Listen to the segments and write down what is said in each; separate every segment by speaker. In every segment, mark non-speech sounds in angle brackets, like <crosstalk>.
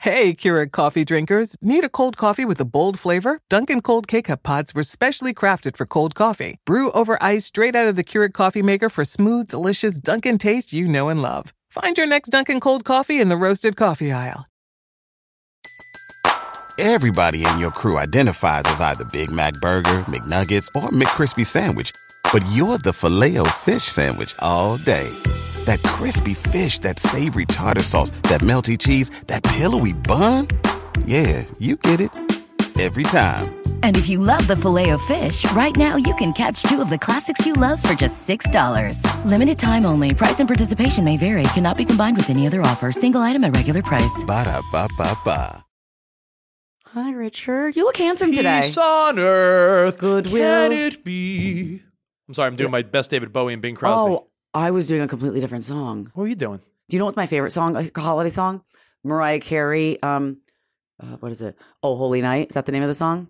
Speaker 1: Hey, Keurig coffee drinkers. Need a cold coffee with a bold flavor? Dunkin' Cold K-Cup Pods were specially crafted for cold coffee. Brew over ice straight out of the Keurig coffee maker for smooth, delicious Dunkin' taste you know and love. Find your next Dunkin' Cold coffee in the roasted coffee aisle.
Speaker 2: Everybody in your crew identifies as either Big Mac Burger, McNuggets, or McCrispy Sandwich, but you're the filet fish Sandwich all day. That crispy fish, that savory tartar sauce, that melty cheese, that pillowy bun. Yeah, you get it. Every time.
Speaker 3: And if you love the filet of fish, right now you can catch two of the classics you love for just $6. Limited time only. Price and participation may vary. Cannot be combined with any other offer. Single item at regular price.
Speaker 2: Ba-da-ba-ba-ba.
Speaker 4: Hi, Richard. You look handsome today.
Speaker 5: Peace on earth.
Speaker 4: Goodwill.
Speaker 5: Can it be? I'm sorry, I'm doing my best David Bowie and Bing Crosby.
Speaker 4: Oh, I was doing a completely different song.
Speaker 5: What were you doing?
Speaker 4: Do you know what's my favorite song? A holiday song? Mariah Carey. Um, uh, what is it? Oh, Holy Night. Is that the name of the song?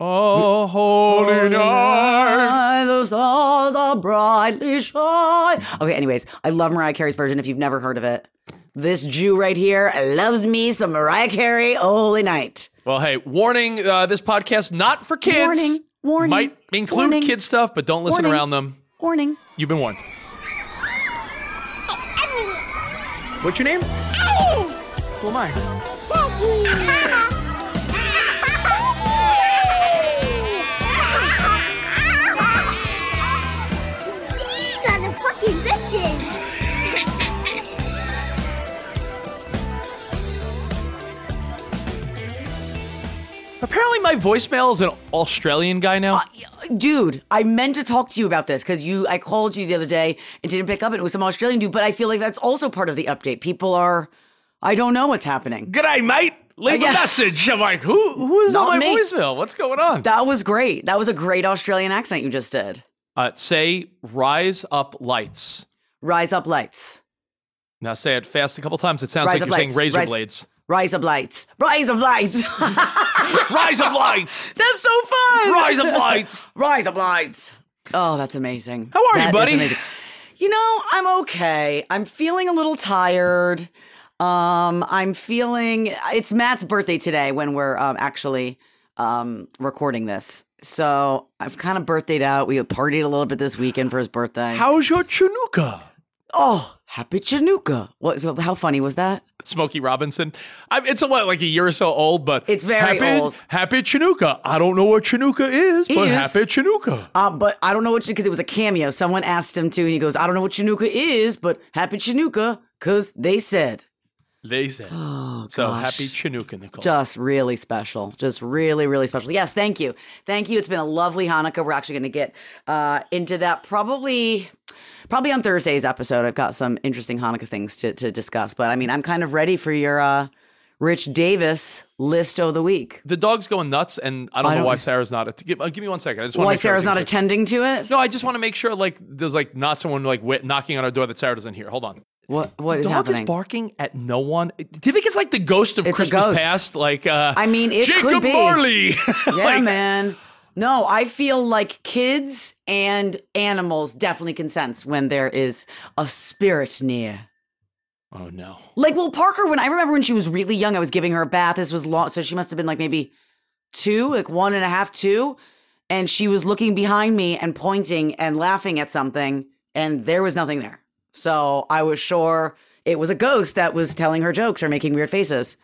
Speaker 5: Oh, holy night.
Speaker 4: The stars are brightly shine. Okay, anyways, I love Mariah Carey's version if you've never heard of it. This Jew right here loves me some Mariah Carey, Oh, Holy Night.
Speaker 5: Well, hey, warning uh, this podcast not for kids.
Speaker 4: Warning, warning,
Speaker 5: Might include
Speaker 4: warning,
Speaker 5: kid stuff, but don't listen
Speaker 4: warning.
Speaker 5: around them.
Speaker 4: Warning.
Speaker 5: You've been warned. What's your name? Who am I? Apparently, my voicemail is an Australian guy
Speaker 4: Uh,
Speaker 5: now.
Speaker 4: Dude, I meant to talk to you about this because you I called you the other day and didn't pick up and it was some Australian dude, but I feel like that's also part of the update. People are I don't know what's happening.
Speaker 5: G'day, mate. Leave
Speaker 4: guess-
Speaker 5: message. I'm like, who? Who is
Speaker 4: Not
Speaker 5: on my
Speaker 4: me.
Speaker 5: voicemail? What's going on?
Speaker 4: That was great. That was a great Australian accent you just did.
Speaker 5: uh, say rise up lights.
Speaker 4: Rise up lights.
Speaker 5: Now say it fast a couple times. It sounds
Speaker 4: Rise
Speaker 5: like
Speaker 4: up
Speaker 5: you're saying
Speaker 4: lights.
Speaker 5: razor
Speaker 4: Rise-
Speaker 5: blades.
Speaker 4: Rise up lights. Rise up lights. <laughs>
Speaker 5: rise up lights.
Speaker 4: that's so fun.
Speaker 5: Rise up lights.
Speaker 4: Rise up lights. Oh, that's amazing.
Speaker 5: How are you,
Speaker 4: That is
Speaker 5: buddy?
Speaker 4: amazing. You know, I'm okay. I'm feeling a little tired. Um, I'm feeling it's Matt's birthday today when we're um, actually um, recording this. So I've kind of birthdayed out. We partied a little bit this weekend for his birthday.
Speaker 5: How's your Chinooka?
Speaker 4: oh, happy Chinooka. What, how funny was that?
Speaker 5: Smokey Robinson. I, it's a what, like a year or so old, but
Speaker 4: It's very
Speaker 5: happy,
Speaker 4: old.
Speaker 5: Happy Chinooka. I don't know what Chinooka is, but
Speaker 4: Is.
Speaker 5: happy Chinooka.
Speaker 4: Uh, but I don't know what, because it was a cameo. Someone asked him to, and he goes, I don't know what Chinooka is, but happy Chinooka, because they said.
Speaker 5: They said.
Speaker 4: <gasps> Oh,
Speaker 5: so
Speaker 4: gosh.
Speaker 5: happy Chinooka, Nicole.
Speaker 4: Just really special. Just really, really special. Yes, thank you. Thank you. It's been a lovely Hanukkah. We're actually going to get uh, into that probably. Probably on Thursday's episode, I've got some interesting Hanukkah things to, to discuss. But I mean, I'm kind of ready for your uh, Rich Davis list of the week.
Speaker 5: the dog's going nuts, and I don't
Speaker 4: I
Speaker 5: know
Speaker 4: don't-
Speaker 5: why Sarah's not. At, give, uh, give me one second. I just wanna
Speaker 4: Why
Speaker 5: make sure
Speaker 4: Sarah's not
Speaker 5: everything's
Speaker 4: attending to it?
Speaker 5: okay. No, I just want to make sure like there's like not someone like wit- knocking on our door that Sarah doesn't hear. Hold on.
Speaker 4: What what is
Speaker 5: dog
Speaker 4: happening?
Speaker 5: is barking at no one. Do you think it's like the ghost of
Speaker 4: It's a
Speaker 5: Christmas
Speaker 4: ghost.
Speaker 5: past? Like, uh,
Speaker 4: I mean, it could
Speaker 5: Jacob
Speaker 4: be.
Speaker 5: Marley. <laughs>
Speaker 4: Yeah,
Speaker 5: Like,
Speaker 4: man. No, I feel like kids and animals definitely can sense when there is a spirit near.
Speaker 5: Oh no.
Speaker 4: Like, well, Parker, when I remember when she was really young, I was giving her a bath. This was long, so she must have been like maybe two, like one and a half, two. And she was looking behind me and pointing and laughing at something, and there was nothing there. So I was sure it was a ghost that was telling her jokes or making weird faces.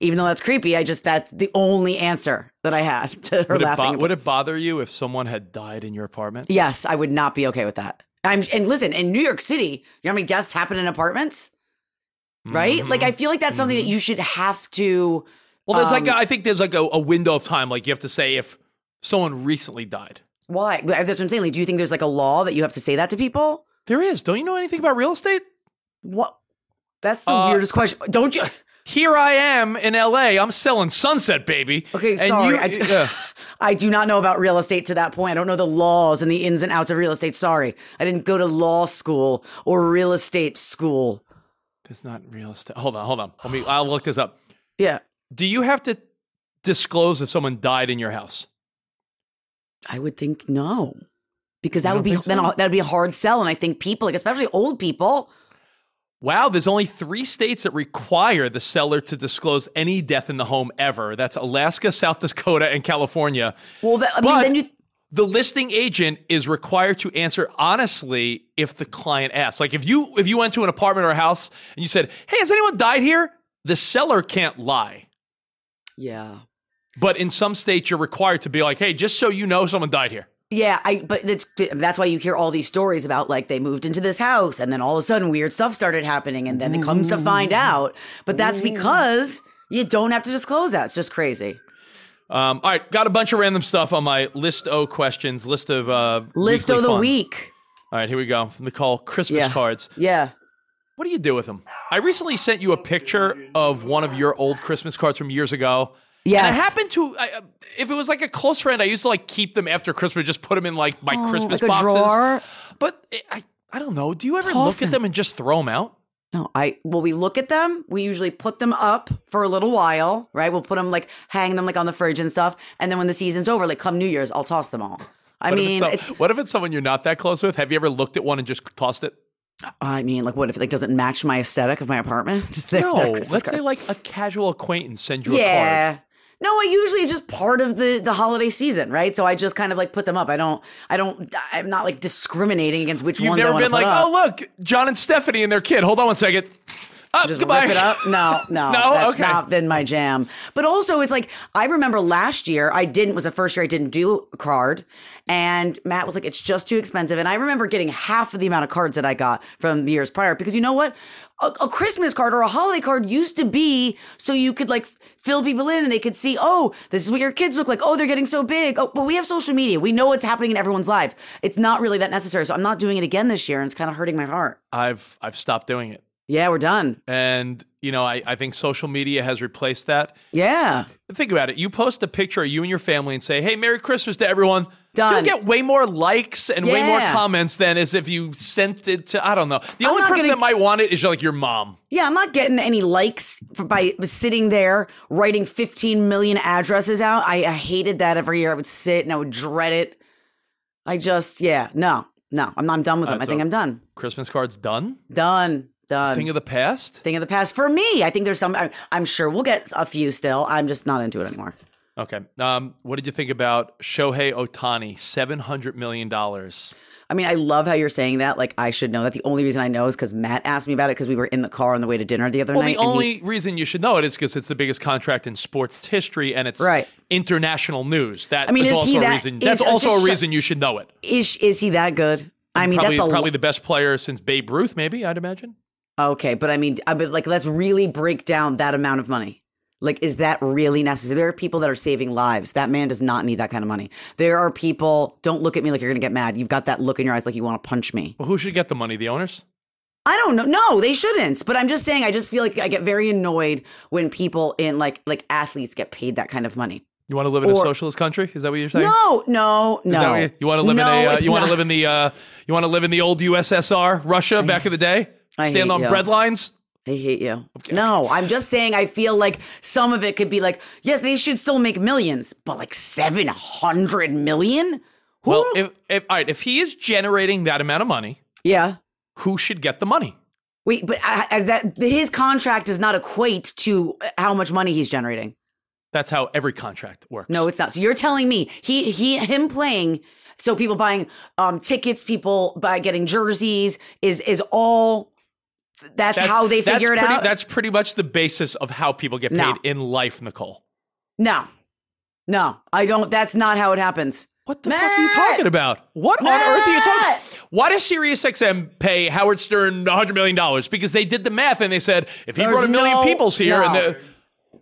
Speaker 4: Even though that's creepy, I just, that's the only answer that I had <laughs> to her
Speaker 5: Would it,
Speaker 4: laughing.
Speaker 5: bo-
Speaker 4: at-
Speaker 5: would it bother you if someone had died in your apartment?
Speaker 4: Yes, I would not be okay with that. I'm and listen, in New York City, you know how many deaths happen in apartments? Right? Like I
Speaker 5: Mm-hmm.
Speaker 4: feel like that's something that you should have to
Speaker 5: Well, there's like
Speaker 4: Um,
Speaker 5: a, I think there's like a, a window of time. Like you have to say if someone recently died.
Speaker 4: why? That's what I'm saying. Like, do you think there's like a law that you have to say that to people?
Speaker 5: There is. Don't you know anything about real estate?
Speaker 4: What that's the
Speaker 5: Uh,
Speaker 4: weirdest question. Don't you <laughs>
Speaker 5: Here I am in L.A. I'm selling Sunset, baby.
Speaker 4: Okay,
Speaker 5: And
Speaker 4: sorry.
Speaker 5: you- <laughs>
Speaker 4: I d-
Speaker 5: yeah.
Speaker 4: I do not know about real estate to that point. I don't know the laws and the ins and outs of real estate. Sorry. I didn't go to law school or real estate school.
Speaker 5: That's not real estate. Hold on, hold on. Let me. I'll look this up.
Speaker 4: Yeah.
Speaker 5: Do you have to disclose if someone died in your house?
Speaker 4: I would think no, because that
Speaker 5: You
Speaker 4: would
Speaker 5: don't
Speaker 4: be
Speaker 5: think
Speaker 4: then
Speaker 5: so?
Speaker 4: that would be a hard sell. And I think people, like especially old people,
Speaker 5: Wow, there's only three states that require the seller to disclose any death in the home ever. That's Alaska, South Dakota, and California.
Speaker 4: Well, that, I mean,
Speaker 5: But
Speaker 4: then you
Speaker 5: the listing agent is required to answer honestly if the client asks. Like if you if you went to an apartment or a house and you said, "Hey, has anyone died here?" The seller can't lie.
Speaker 4: yeah.
Speaker 5: But in some states, you're required to be like, "Hey, just so you know, someone died here."
Speaker 4: Yeah, I but that's that's why you hear all these stories about like they moved into this house and then all of a sudden weird stuff started happening and then it comes to find out. But that's because you don't have to disclose that. It's just crazy.
Speaker 5: Um, all right, got a bunch of random stuff on my list O questions, list of uh,
Speaker 4: List
Speaker 5: weekly
Speaker 4: of the
Speaker 5: fun.
Speaker 4: week.
Speaker 5: All right, here we go. From the call Christmas
Speaker 4: Yeah.
Speaker 5: cards.
Speaker 4: Yeah.
Speaker 5: What do you do with them? I recently sent you a picture of one of your old Christmas cards from years ago. And I
Speaker 4: Yes.
Speaker 5: happened to, I, uh, if it was like a close friend, I used to like keep them after Christmas, just put them in like my Christmas
Speaker 4: Oh, like a
Speaker 5: boxes.
Speaker 4: drawer?
Speaker 5: But I- I, I don't know. Do you ever
Speaker 4: Toss
Speaker 5: look at them and just throw them out?
Speaker 4: No, I well, we look at them. We usually put them up for a little while, right? We'll put them like hang them like on the fridge and stuff. And then when the season's over, like come New Year's, I'll toss them all. I
Speaker 5: What if
Speaker 4: mean,
Speaker 5: some-
Speaker 4: it's,
Speaker 5: what if it's someone you're not that close with? Have you ever looked at one and just tossed it?
Speaker 4: I mean, like what if it like doesn't match my aesthetic of my apartment? <laughs> They're- they're
Speaker 5: No.
Speaker 4: Christmas
Speaker 5: Let's
Speaker 4: cards.
Speaker 5: say like a casual acquaintance send you a card.
Speaker 4: Yeah. No, I usually it's just part of the the holiday season, right? So I just kind of like put them up. I don't, I don't, I'm not like discriminating against which
Speaker 5: You've
Speaker 4: ones I
Speaker 5: never
Speaker 4: want
Speaker 5: been
Speaker 4: to put
Speaker 5: like,
Speaker 4: up.
Speaker 5: oh look, John and Stephanie and their kid. Hold on one second.
Speaker 4: <laughs>
Speaker 5: Oh,
Speaker 4: just
Speaker 5: goodbye.
Speaker 4: rip it up. No, no,
Speaker 5: <laughs> No?
Speaker 4: that's
Speaker 5: Okay.
Speaker 4: not been my jam. But also, it's like I remember last year I didn't was the first year I didn't do a card, and Matt was like, "It's just too expensive." And I remember getting half of the amount of cards that I got from years prior because you know what, a, a Christmas card or a holiday card used to be so you could like f- fill people in and they could see, oh, this is what your kids look like. Oh, they're getting so big. Oh, but we have social media. We know what's happening in everyone's life. It's not really that necessary. So I'm not doing it again this year, and it's kind of hurting my heart.
Speaker 5: I've I've stopped doing it.
Speaker 4: Yeah, we're done.
Speaker 5: And you know, I, I think social media has replaced that.
Speaker 4: Yeah.
Speaker 5: Think about it. You post a picture of you and your family and say, "Hey, Merry Christmas to everyone."
Speaker 4: Done.
Speaker 5: You'll get way more likes and way more
Speaker 4: Yeah.
Speaker 5: comments than as if you sent it to I don't know. The
Speaker 4: I'm
Speaker 5: only
Speaker 4: not
Speaker 5: person
Speaker 4: gonna-
Speaker 5: that might want it is like your mom.
Speaker 4: Yeah, I'm not getting any likes for, by sitting there writing 15 million addresses out. I, I hated that every year. I would sit and I would dread it. I just, yeah, no, no, I'm, I'm done with them. I
Speaker 5: right,
Speaker 4: think
Speaker 5: so-
Speaker 4: I'm done.
Speaker 5: Christmas cards done.
Speaker 4: Done, done.
Speaker 5: Thing of the past.
Speaker 4: Thing of the past for me. I think there's some, I, I'm sure we'll get a few still. I'm just not into it anymore.
Speaker 5: Okay. Um, what did you think about Shohei Otani? Seven hundred million dollars.
Speaker 4: I mean, I love how you're saying that. Like, I should know that. The only reason I know is because Matt asked me about it because we were in the car on the way to dinner the other
Speaker 5: Well,
Speaker 4: night.
Speaker 5: the
Speaker 4: and he-
Speaker 5: only reason you should know it is because it's the biggest contract in sports history, and it's
Speaker 4: Right.
Speaker 5: international news. That
Speaker 4: I mean,
Speaker 5: is
Speaker 4: is
Speaker 5: also
Speaker 4: he
Speaker 5: a
Speaker 4: that-
Speaker 5: reason.
Speaker 4: is-
Speaker 5: That's
Speaker 4: I'm
Speaker 5: also
Speaker 4: just
Speaker 5: a
Speaker 4: sho-
Speaker 5: reason you should know it.
Speaker 4: is, is he that good? I mean,
Speaker 5: probably,
Speaker 4: that's a
Speaker 5: probably the best player since Babe Ruth, maybe I'd imagine.
Speaker 4: Okay, but I mean, I mean, like, let's really break down that amount of money. Like, is that really necessary? There are people that are saving lives. That man does not need that kind of money. There are people. Don't look at me like you're gonna get mad. You've got that look in your eyes like you want to punch me.
Speaker 5: Well, who should get the money? The owners?
Speaker 4: I don't know. No, they shouldn't. But I'm just saying. I just feel like I get very annoyed when people in like like athletes get paid that kind of money.
Speaker 5: You want to live in a
Speaker 4: Or-
Speaker 5: socialist country? Is that what you're saying?
Speaker 4: No, no,
Speaker 5: Is that what
Speaker 4: no.
Speaker 5: you, want to live
Speaker 4: no,
Speaker 5: in a? Uh,
Speaker 4: it's
Speaker 5: you want to
Speaker 4: not.
Speaker 5: live in the? Uh, you want to live in the old USSR, Russia back in the day?
Speaker 4: I
Speaker 5: Stand
Speaker 4: hate
Speaker 5: on
Speaker 4: you.
Speaker 5: bread lines.
Speaker 4: I hate you. No, I'm just saying I feel like some of it could be like, yes, they should still make millions, but like 700 million? Who?
Speaker 5: Well, if, if all right, if he is generating that amount of money,
Speaker 4: yeah.
Speaker 5: who should get the money?
Speaker 4: Wait, but I, I, that his contract does not equate to how much money he's generating.
Speaker 5: That's how every contract works.
Speaker 4: No, it's not. So you're telling me he he him playing so people buying um tickets, people by getting jerseys is is all that's, how they
Speaker 5: that's
Speaker 4: figure it
Speaker 5: pretty,
Speaker 4: out.
Speaker 5: That's pretty much the basis of how people get paid
Speaker 4: No.
Speaker 5: in life, Nicole.
Speaker 4: no. No, I don't that's not how it happens.
Speaker 5: What the fuck are you talking about? What on earth are you talking? Why does SiriusXM pay Howard Stern $100 million? Because they did the math and they said if he
Speaker 4: There's
Speaker 5: brought a million
Speaker 4: no-
Speaker 5: peoples here and
Speaker 4: no.
Speaker 5: the,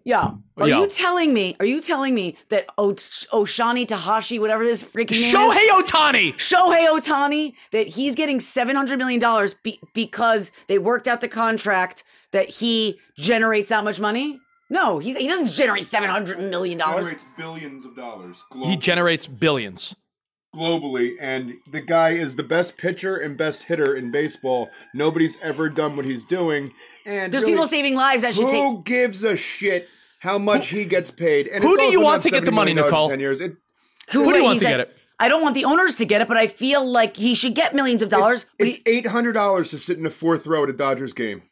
Speaker 4: Yeah. Are
Speaker 5: Yeah.
Speaker 4: you telling me? Are you telling me that o- Oshani Tahashi, whatever his freaking name
Speaker 5: Shohei
Speaker 4: is,
Speaker 5: Otani.
Speaker 4: Shohei Otani, that he's getting seven hundred million dollars be- because they worked out the contract that he generates that much money? No, he's, he doesn't generate seven hundred million dollars.
Speaker 6: generates billions of dollars glo-
Speaker 5: He generates billions.
Speaker 6: globally, and the guy is the best pitcher and best hitter in baseball. Nobody's ever done what he's doing, and
Speaker 4: There's
Speaker 6: really,
Speaker 4: people saving lives that should
Speaker 6: Who
Speaker 4: take.
Speaker 6: gives a shit how much he gets paid? And
Speaker 5: Who
Speaker 6: it's
Speaker 5: do
Speaker 6: also
Speaker 5: you
Speaker 6: not
Speaker 5: want to get the
Speaker 6: $70
Speaker 5: money,
Speaker 6: million in
Speaker 5: Nicole?
Speaker 6: Ten years. It,
Speaker 5: Who do you
Speaker 4: he
Speaker 5: want to
Speaker 4: said,
Speaker 5: get it?
Speaker 4: I don't want the owners to get it, but I feel like he should get millions of dollars.
Speaker 6: it's
Speaker 4: but
Speaker 6: it's
Speaker 4: he-
Speaker 6: eight hundred dollars to sit in the fourth row at a Dodgers game.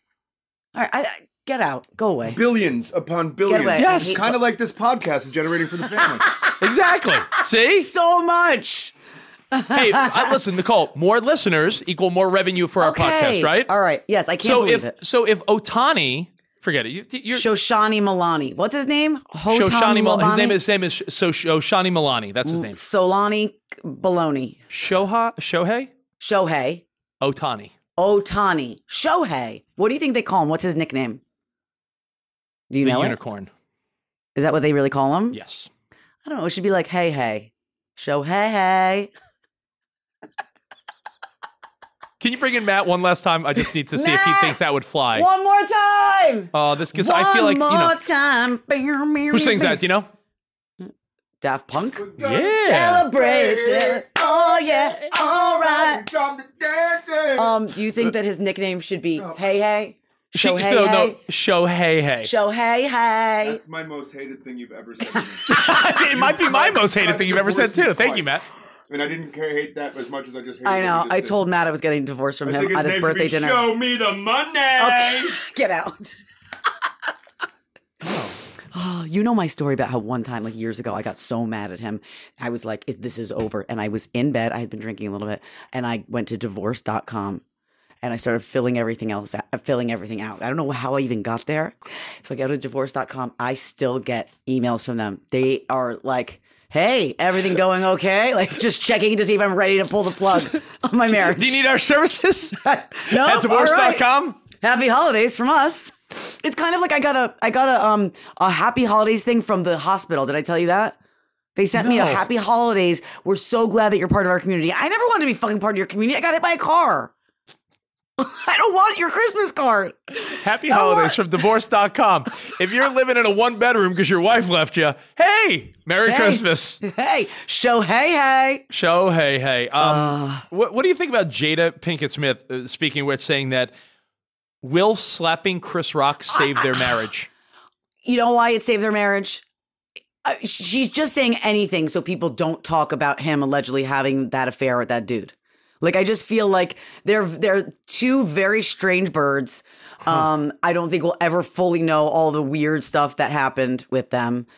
Speaker 4: All right, I, I- get out. Go away.
Speaker 6: Billions upon billions.
Speaker 4: away.
Speaker 5: Yes. I hate-
Speaker 6: kind of like this podcast is generating for the family.
Speaker 5: Exactly. See?
Speaker 4: So much.
Speaker 5: hey, I, listen, Nicole, more listeners equal more revenue for our podcast, right?
Speaker 4: All right. Yes, I can't
Speaker 5: so
Speaker 4: believe
Speaker 5: if
Speaker 4: it.
Speaker 5: so if Otani, forget it. You, you're,
Speaker 4: Shoshani Milani. What's his name? Hotan
Speaker 5: Shoshani Mal- his
Speaker 4: Milani?
Speaker 5: name is his name is so Shoshani Milani. That's his name.
Speaker 4: Solani Baloney.
Speaker 5: Shoha Shohei
Speaker 4: Shohei.
Speaker 5: Otani.
Speaker 4: Otani. Shohei. What do you think they call him? What's his nickname? Do you
Speaker 5: The
Speaker 4: know it?
Speaker 5: unicorn.
Speaker 4: Is that what they really call him?
Speaker 5: Yes.
Speaker 4: I don't know. It should be like, hey, hey. Shohei.
Speaker 5: Can you bring in Matt one last time? I just need to see if he
Speaker 4: Matt!
Speaker 5: thinks that would fly.
Speaker 4: One more time.
Speaker 5: Oh, this because I feel like you
Speaker 4: One more
Speaker 5: know
Speaker 4: time.
Speaker 5: who sings that. Do you know?
Speaker 4: Daft Punk.
Speaker 5: Yeah.
Speaker 4: Celebrate it. Oh, yeah. <laughs> All right.
Speaker 6: Time to dance it.
Speaker 4: Um, do you think that his nickname should be Hey Hey?
Speaker 5: She,
Speaker 4: Show Hey
Speaker 5: no, no,
Speaker 4: Hey?
Speaker 5: Shohei Hey. <laughs>
Speaker 4: Show Hey Hey.
Speaker 6: That's my most hated thing you've ever said. to me.
Speaker 4: <laughs>
Speaker 5: it might be my most hated
Speaker 6: I
Speaker 5: thing you've ever said
Speaker 6: divorced me
Speaker 5: too. Thank you, Matt.
Speaker 6: twice. And I didn't care, hate that as much as I just hated
Speaker 4: I
Speaker 6: what
Speaker 4: know.
Speaker 6: you just
Speaker 4: I
Speaker 6: did.
Speaker 4: told Matt I was getting divorced from
Speaker 6: I think
Speaker 4: him
Speaker 6: his
Speaker 4: at his
Speaker 6: name should
Speaker 4: birthday
Speaker 6: be
Speaker 4: dinner.
Speaker 6: Show me the money.
Speaker 4: Okay. <laughs> Get out. Oh, <gasps> you know my story about how one time, like years ago, I got so mad at him. I was like, "If this is over. And I was in bed. I had been drinking a little bit. And I went to divorce.com and I started filling everything else out, uh, filling everything out. I don't know how I even got there. So I go to divorce.com. I still get emails from them. They are like, hey, everything going okay? Like just checking to see if I'm ready to pull the plug on
Speaker 6: <laughs>
Speaker 4: my marriage.
Speaker 5: Do you need our services
Speaker 4: no, <laughs> all
Speaker 5: at
Speaker 4: right
Speaker 5: divorce.com?
Speaker 4: happy holidays from us. It's kind of like I got a I got a um a happy holidays thing from the hospital. Did I tell you that? They sent me a
Speaker 5: No.
Speaker 4: happy holidays. We're so glad that you're part of our community. I never wanted to be fucking part of your community. I got hit by a car. <laughs> I don't want your Christmas card.
Speaker 5: Happy holidays
Speaker 4: what?
Speaker 5: from divorce.com. If you're living in a one bedroom because your wife left you, hey, Merry
Speaker 4: Hey.
Speaker 5: Christmas.
Speaker 4: Hey, show hey hey.
Speaker 5: Show, hey, hey. Um,
Speaker 4: Uh.
Speaker 5: what, what do you think about Jada Pinkett Smith uh, speaking with saying that will slapping Chris Rock save
Speaker 4: <laughs>
Speaker 5: their marriage?
Speaker 4: you know why it saved their marriage? Uh, She's just saying anything so people don't talk about him allegedly having that affair with that dude. Like I just feel like they're they're two very strange birds. Um, I don't think we'll ever fully know all the weird stuff that happened with them,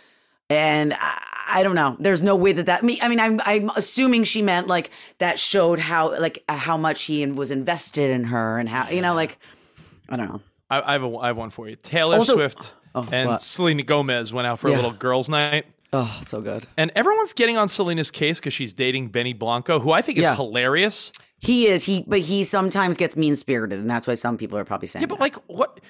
Speaker 4: and I, I don't know. There's no way that that. I mean, I mean, I'm I'm assuming she meant like that showed how like how much he was invested in her and how you know like I don't know.
Speaker 5: I, I, have a, I have one for you. Taylor
Speaker 4: Also-
Speaker 5: Swift
Speaker 4: Oh,
Speaker 5: and
Speaker 4: what?
Speaker 5: Selena Gomez went out for
Speaker 4: Yeah.
Speaker 5: a little girls' night.
Speaker 4: Oh, so good.
Speaker 5: And everyone's getting on Selena's case because she's dating Benny Blanco, who I think is
Speaker 4: Yeah.
Speaker 5: hilarious.
Speaker 4: He is. He but he sometimes gets mean spirited, and that's why some people are probably saying.
Speaker 5: Yeah, but
Speaker 4: that.
Speaker 5: like what?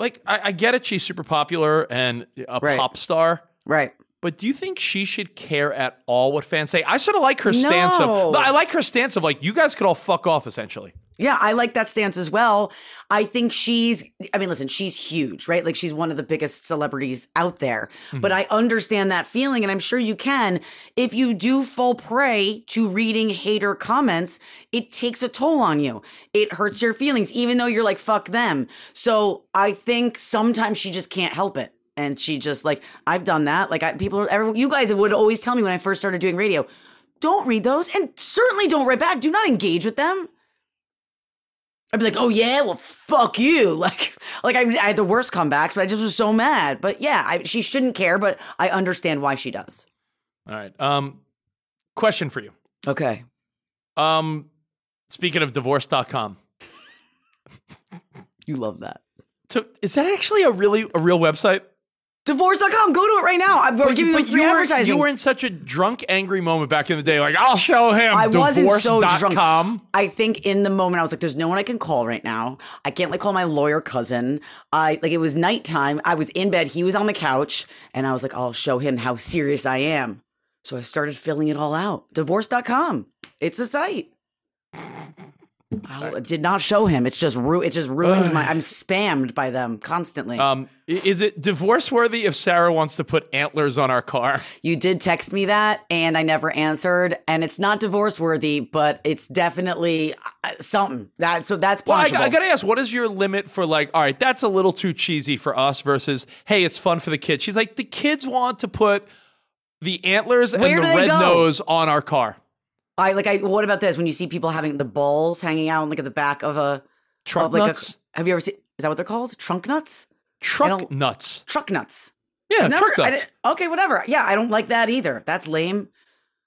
Speaker 5: Like I, I get it, she's super popular and a
Speaker 4: Right.
Speaker 5: pop star.
Speaker 4: right.
Speaker 5: But do you think she should care at all what fans say? I sort of like her stance
Speaker 4: No.
Speaker 5: of, but I like her stance of like you guys could all fuck off essentially.
Speaker 4: Yeah, I like that stance as well. I think she's. I mean, listen, she's huge, right? Like she's one of the biggest celebrities out there. But I understand that feeling, and I'm sure you can. If you do fall prey to reading hater comments, it takes a toll on you. It hurts your feelings, even though you're like fuck them. So I think sometimes she just can't help it. and she just like I've done that. Like I, people, are, everyone, you guys would always tell me when I first started doing radio, don't read those, and certainly don't write back. Do not engage with them. I'd be like, oh yeah, well fuck you. <laughs> Like, like I, I had the worst comebacks, but I just was so mad. But yeah, I, she shouldn't care, but I understand why she does.
Speaker 5: All right. Um, question for you.
Speaker 4: Okay.
Speaker 5: Um, speaking of divorce.com,
Speaker 4: You love that.
Speaker 5: to, is that actually a really a real website?
Speaker 4: Divorce.com, go to it right now. I'm, we're giving them free
Speaker 5: you were,
Speaker 4: advertising.
Speaker 5: you were in such a drunk, angry moment back in the day. Like I'll show him
Speaker 4: I wasn't so drunk.
Speaker 5: divorce.com.
Speaker 4: I think in the moment I was like, "There's no one I can call right now. I can't like call my lawyer cousin." I like it was nighttime. I was in bed. He was on the couch, and I was like, "I'll show him how serious I am." So I started filling it all out. Divorce.com. It's a site. I did not show him. It's just ru- it just ruined
Speaker 5: <sighs>
Speaker 4: my. I'm spammed by them constantly.
Speaker 5: Um, i- is it divorce worthy if Sarah wants to put antlers on our car?
Speaker 4: You did text me that, and I never answered. And it's not divorce worthy, but it's definitely uh, something. That's so that's
Speaker 5: Well, I,
Speaker 4: punishable.
Speaker 5: I gotta ask, what is your limit for like, all right, that's a little too cheesy for us versus, hey, it's fun for the kids. She's like, the kids want to put the antlers
Speaker 4: Where
Speaker 5: and
Speaker 4: do
Speaker 5: the
Speaker 4: they
Speaker 5: red
Speaker 4: go?
Speaker 5: nose on our car.
Speaker 4: I like. I what about this? When you see people having the balls hanging out, like at the back of a
Speaker 5: Truck
Speaker 4: of Oh, like
Speaker 5: nuts?
Speaker 4: a. Have you ever seen? Is that what they're called? Trunk nuts?
Speaker 5: Truck
Speaker 4: don't-
Speaker 5: nuts.
Speaker 4: Truck nuts.
Speaker 5: Yeah,
Speaker 4: Never-
Speaker 5: truck
Speaker 4: I
Speaker 5: nuts.
Speaker 4: didn't- okay, whatever. Yeah, I don't like that either. That's lame.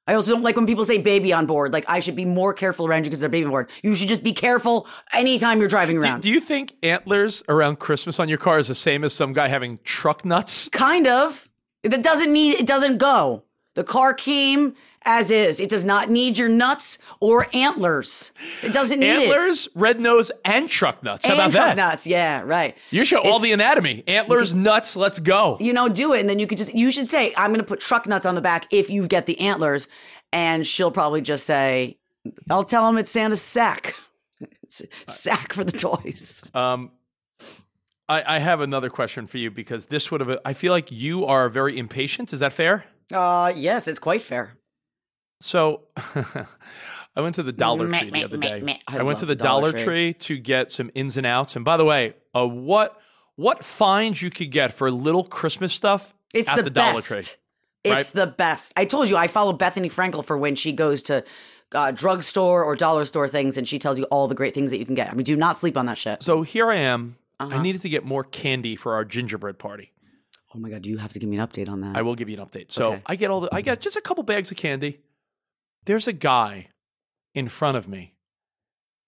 Speaker 4: I also don't like when people say baby on board. Like I should be more careful around you because they're baby on board. You should just be careful anytime you're driving
Speaker 5: Do,
Speaker 4: around.
Speaker 5: do you think antlers around Christmas on your car is the same as some guy having truck nuts?
Speaker 4: kind of. That doesn't need. It doesn't go. The car came as is. It does not need your nuts or antlers. It doesn't <laughs> need it.
Speaker 5: Antlers, red nose, and truck nuts. How
Speaker 4: and
Speaker 5: about
Speaker 4: truck
Speaker 5: that?
Speaker 4: nuts. Yeah, right.
Speaker 5: You show all
Speaker 4: It's-
Speaker 5: the anatomy.
Speaker 4: <laughs>
Speaker 5: Antlers, nuts, let's go.
Speaker 4: you know, do it. And then you could just, you should say, I'm going to put truck nuts on the back if you get the antlers. And she'll probably just say, I'll tell him it's Santa's sack. <laughs> It's a sack for the
Speaker 5: <laughs>
Speaker 4: toys.
Speaker 5: Um, I, I have another question for you because this would have, I feel like you are very impatient. Is that fair?
Speaker 4: Uh, yes, it's quite fair.
Speaker 5: So <laughs> I went to the Dollar
Speaker 4: Meh,
Speaker 5: Tree the
Speaker 4: meh,
Speaker 5: other
Speaker 4: meh,
Speaker 5: day.
Speaker 4: meh. I
Speaker 5: I, went
Speaker 4: love
Speaker 5: to the
Speaker 4: the
Speaker 5: Dollar,
Speaker 4: Dollar
Speaker 5: Tree. to get some ins and outs. And by the way, uh, what what finds you could get for little Christmas stuff
Speaker 4: It's
Speaker 5: at
Speaker 4: the,
Speaker 5: the, Dollar
Speaker 4: best.
Speaker 5: Tree?
Speaker 4: It's
Speaker 5: right?
Speaker 4: the best. I told you, I follow Bethany Frankel for when she goes to uh, drugstore or dollar store things and she tells you all the great things that you can get. I mean, do not sleep on that shit.
Speaker 5: So here I am. I
Speaker 4: Uh-huh.
Speaker 5: needed to get more candy for our gingerbread party.
Speaker 4: Oh my God, you have to give me an update on that.
Speaker 5: I will give you an update. So
Speaker 4: Mm-hmm. Okay.
Speaker 5: I get all the I got just a couple bags of candy. There's a guy in front of me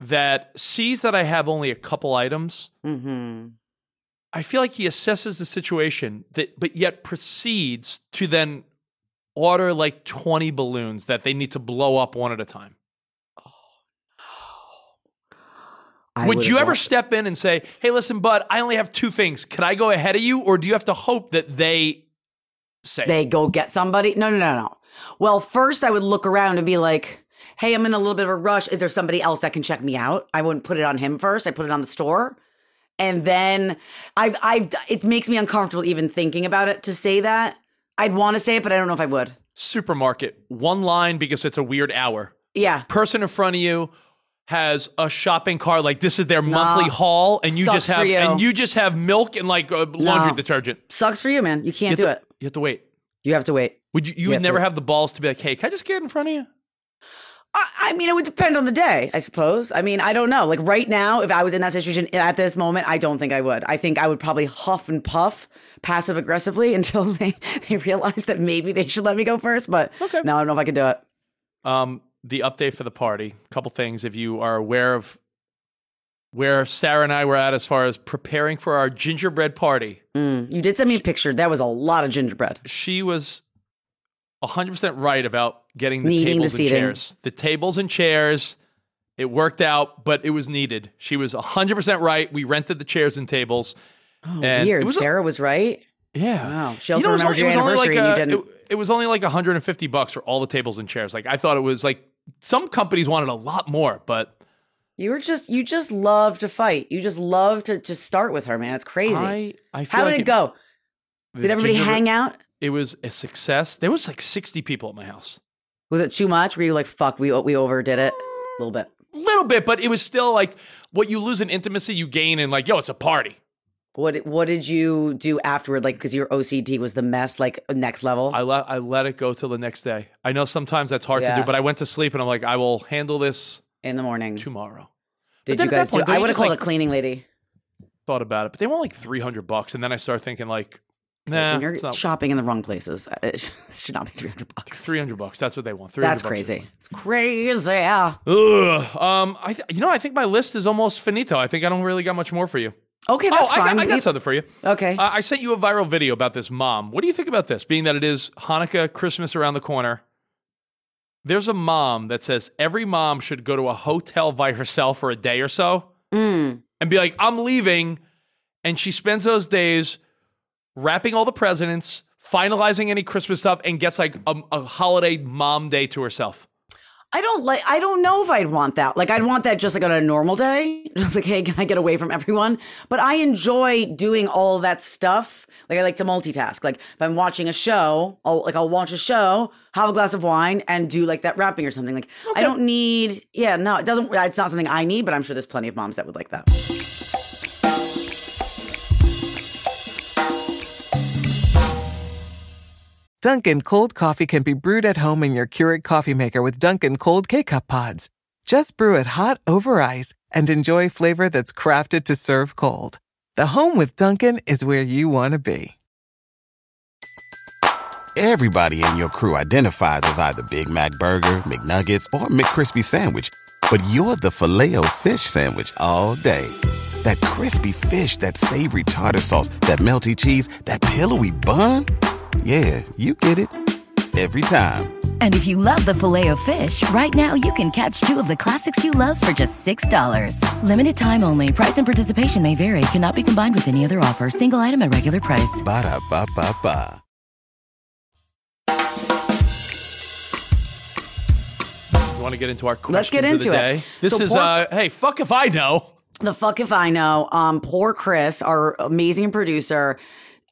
Speaker 5: that sees that I have only a couple items.
Speaker 4: Mm-hmm.
Speaker 5: I feel like he assesses the situation that but yet proceeds to then order like 20 balloons that they need to blow up one at a time. Would you ever step in and say, "Hey, listen, bud, I only have two things. Can I go ahead of you or do you have to hope that they say
Speaker 4: they go get somebody. No, no, no, no. Well, first I would look around and be like, hey, I'm in a little bit of a rush. Is there somebody else that can check me out? I wouldn't put it on him first. I put it on the store. And then I've, I've, it makes me uncomfortable even thinking about it to say that. I'd want to say it, but I don't know if I would.
Speaker 5: supermarket one line because it's a weird hour.
Speaker 4: Yeah.
Speaker 5: person in front of you has a shopping cart like this is their monthly haul and you
Speaker 4: Sucks
Speaker 5: just have
Speaker 4: for you.
Speaker 5: and you just have milk and like uh, laundry
Speaker 4: No.
Speaker 5: detergent
Speaker 4: Sucks for you, man. You can't
Speaker 5: you
Speaker 4: do
Speaker 5: have
Speaker 4: it.
Speaker 5: to, you have to wait
Speaker 4: You have to wait.
Speaker 5: would you you,
Speaker 4: You
Speaker 5: would
Speaker 4: have to
Speaker 5: never
Speaker 4: wait.
Speaker 5: have the balls to be like hey can i just get in front of you
Speaker 4: I, I mean, it would depend on the day, I suppose. I mean, I don't know. Like right now, if I was in that situation at this moment, I don't think I would. I think I would probably huff and puff passive aggressively <laughs> until they, they realize that maybe they should let me go first. But no, I don't know if I could do it.
Speaker 5: um the update for the party couple things if you are aware of where sarah and i were at as far as preparing for our gingerbread party
Speaker 4: Mm, You did send me a picture. That was a lot of gingerbread.
Speaker 5: she was 100% right about getting the
Speaker 4: Needing the
Speaker 5: tables and
Speaker 4: seating.
Speaker 5: chairs. The tables and chairs, it worked out, but it was needed. She was 100% right. We rented the chairs and tables.
Speaker 4: Oh,
Speaker 5: And it
Speaker 4: weird.
Speaker 5: was a-
Speaker 4: Sarah was right.
Speaker 5: Yeah.
Speaker 4: Wow. She
Speaker 5: You
Speaker 4: also
Speaker 5: know, it was
Speaker 4: remembered
Speaker 5: only-
Speaker 4: your
Speaker 5: it was only
Speaker 4: anniversary
Speaker 5: like,
Speaker 4: and you
Speaker 5: uh,
Speaker 4: didn't.
Speaker 5: It, it was only like 150 bucks for all the tables and chairs. Like I thought it was like some companies wanted a lot more, but
Speaker 4: you were just, you just love to fight. You just love to, to start with her, man. It's crazy.
Speaker 5: I, I feel
Speaker 4: How did
Speaker 5: like
Speaker 4: it go? Did everybody hang out?
Speaker 5: It was a success. There was like 60 people at my house.
Speaker 4: Was it too much? Were you like, fuck, we, we overdid it a little bit?
Speaker 5: little bit, but it was still like what you lose in intimacy, you gain in like, yo, it's a party.
Speaker 4: What what did you do afterward? Like, because your OCD was the mess, like next level.
Speaker 5: I let I let it go till the next day. I know sometimes that's hard to
Speaker 4: Yeah.
Speaker 5: do, but I went to sleep and I'm like, I will handle this
Speaker 4: in the morning.
Speaker 5: tomorrow.
Speaker 4: Did
Speaker 5: then
Speaker 4: you
Speaker 5: at that
Speaker 4: guys
Speaker 5: point,
Speaker 4: do?
Speaker 5: don't
Speaker 4: I
Speaker 5: you
Speaker 4: would have
Speaker 5: just,
Speaker 4: called
Speaker 5: like-
Speaker 4: a cleaning lady.
Speaker 5: Thought about it, but they want like three hundred bucks, and then I start thinking like,
Speaker 4: And
Speaker 5: nah,
Speaker 4: you're
Speaker 5: it's not
Speaker 4: shopping in the wrong places. uh, <laughs> It should not be three hundred bucks.
Speaker 5: three hundred bucks. That's what they want. 300
Speaker 4: That's
Speaker 5: bucks.
Speaker 4: crazy. It's crazy.
Speaker 5: Ugh. Um, I th- you know I think my list is almost finito. I think I don't really got much more for you.
Speaker 4: Okay, that's
Speaker 5: oh, I
Speaker 4: fine.
Speaker 5: got, I got
Speaker 4: You-
Speaker 5: something for you.
Speaker 4: okay.
Speaker 5: Uh, I sent you a viral video about this mom. What do you think about this? Being that it is Hanukkah, Christmas around the corner, there's a mom that says every mom should go to a hotel by herself for a day or so
Speaker 4: Mm.
Speaker 5: and be like, I'm leaving. And she spends those days wrapping all the presents, finalizing any Christmas stuff, and gets like a, a holiday mom day to herself.
Speaker 4: I don't like. I don't know if I'd want that. Like, I'd want that just like on a normal day. <laughs> Just like, hey, can I get away from everyone? But I enjoy doing all that stuff. Like, I like to multitask. Like, if I'm watching a show, I'll like I'll watch a show, have a glass of wine, and do like that wrapping or something. Like, I don't need. Yeah, no, it doesn't. It's not something I need. But I'm sure there's plenty of moms that would like that.
Speaker 1: Dunkin' cold coffee can be brewed at home in your Keurig coffee maker with Dunkin' cold K-cup pods. Just brew it hot over ice and enjoy flavor that's crafted to serve cold. The home with Duncan is where you want to be.
Speaker 2: Everybody in your crew identifies as either Big Mac Burger, McNuggets, or McCrispy Sandwich. But you're the filet fish Sandwich all day. That crispy fish, that savory tartar sauce, that melty cheese, that pillowy bun. Yeah, you get it. Every time.
Speaker 3: And if you love the filet of fish, right now you can catch two of the classics you love for just $6. Limited time only. Price and participation may vary. Cannot be combined with any other offer. Single item at regular price.
Speaker 2: Ba-da-ba-ba-ba.
Speaker 5: You want to get into our questions
Speaker 4: Let's get
Speaker 5: of the
Speaker 4: into
Speaker 5: day?
Speaker 4: it.
Speaker 5: This
Speaker 4: So
Speaker 5: is,
Speaker 4: pork-
Speaker 5: uh, hey, fuck if I know.
Speaker 4: The fuck if I know. Um, poor Chris, our amazing producer.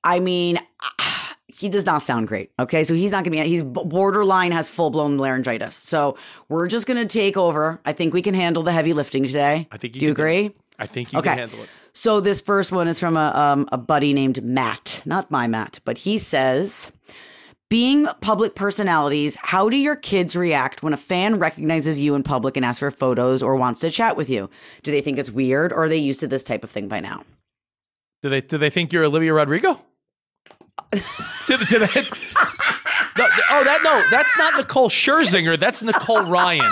Speaker 4: I mean, <sighs> he does not sound great. Okay, so he's not gonna be. He's borderline has full blown laryngitis. So we're just gonna take over. I think we can handle the heavy lifting today.
Speaker 5: I think you
Speaker 4: Do you
Speaker 5: can do
Speaker 4: agree?
Speaker 5: I think you
Speaker 4: Okay.
Speaker 5: can handle it.
Speaker 4: So this first one is from a um, a buddy named Matt, not my Matt, but he says, "Being public personalities, how do your kids react when a fan recognizes you in public and asks for photos or wants to chat with you? Do they think it's weird, or are they used to this type of thing by now?"
Speaker 5: Do they do they think you're Olivia Rodrigo? do, they- do they, No, oh, that no, that's not Nicole Scherzinger. That's Nicole Ryan.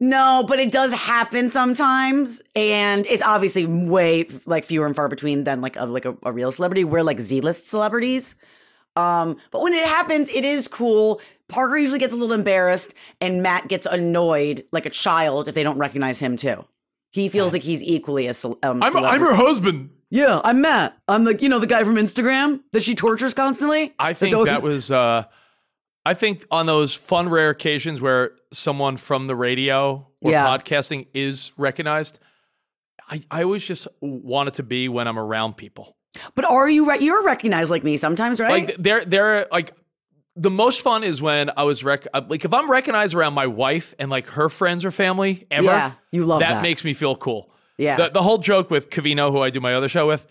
Speaker 4: No, but it does happen sometimes, and it's obviously way like fewer and far between than like a like a, a real celebrity. We're like Z-list celebrities. Um, but when it happens, it is cool. Parker usually gets a little embarrassed, and Matt gets annoyed like a child if they don't recognize him too. He feels like he's equally a cel- um,
Speaker 5: I'm I'm
Speaker 4: celebrity.
Speaker 5: her husband.
Speaker 4: yeah, I'm Matt. I'm like you know the guy from Instagram that she tortures constantly.
Speaker 5: I think
Speaker 4: That's
Speaker 5: that
Speaker 4: always-
Speaker 5: was. Uh, I think on those fun rare occasions where someone from the radio or
Speaker 4: Yeah.
Speaker 5: podcasting is recognized, I, I always just want it to be when I'm around people.
Speaker 4: But are you right? You're recognized like me sometimes, right?
Speaker 5: Like they're they're like the most fun is when I was rec- uh, like if I'm recognized around my wife and like her friends or family ever.
Speaker 4: Yeah, you love that.
Speaker 5: makes me feel cool.
Speaker 4: Yeah.
Speaker 5: The, the whole joke with Cavino, who I do my other show with,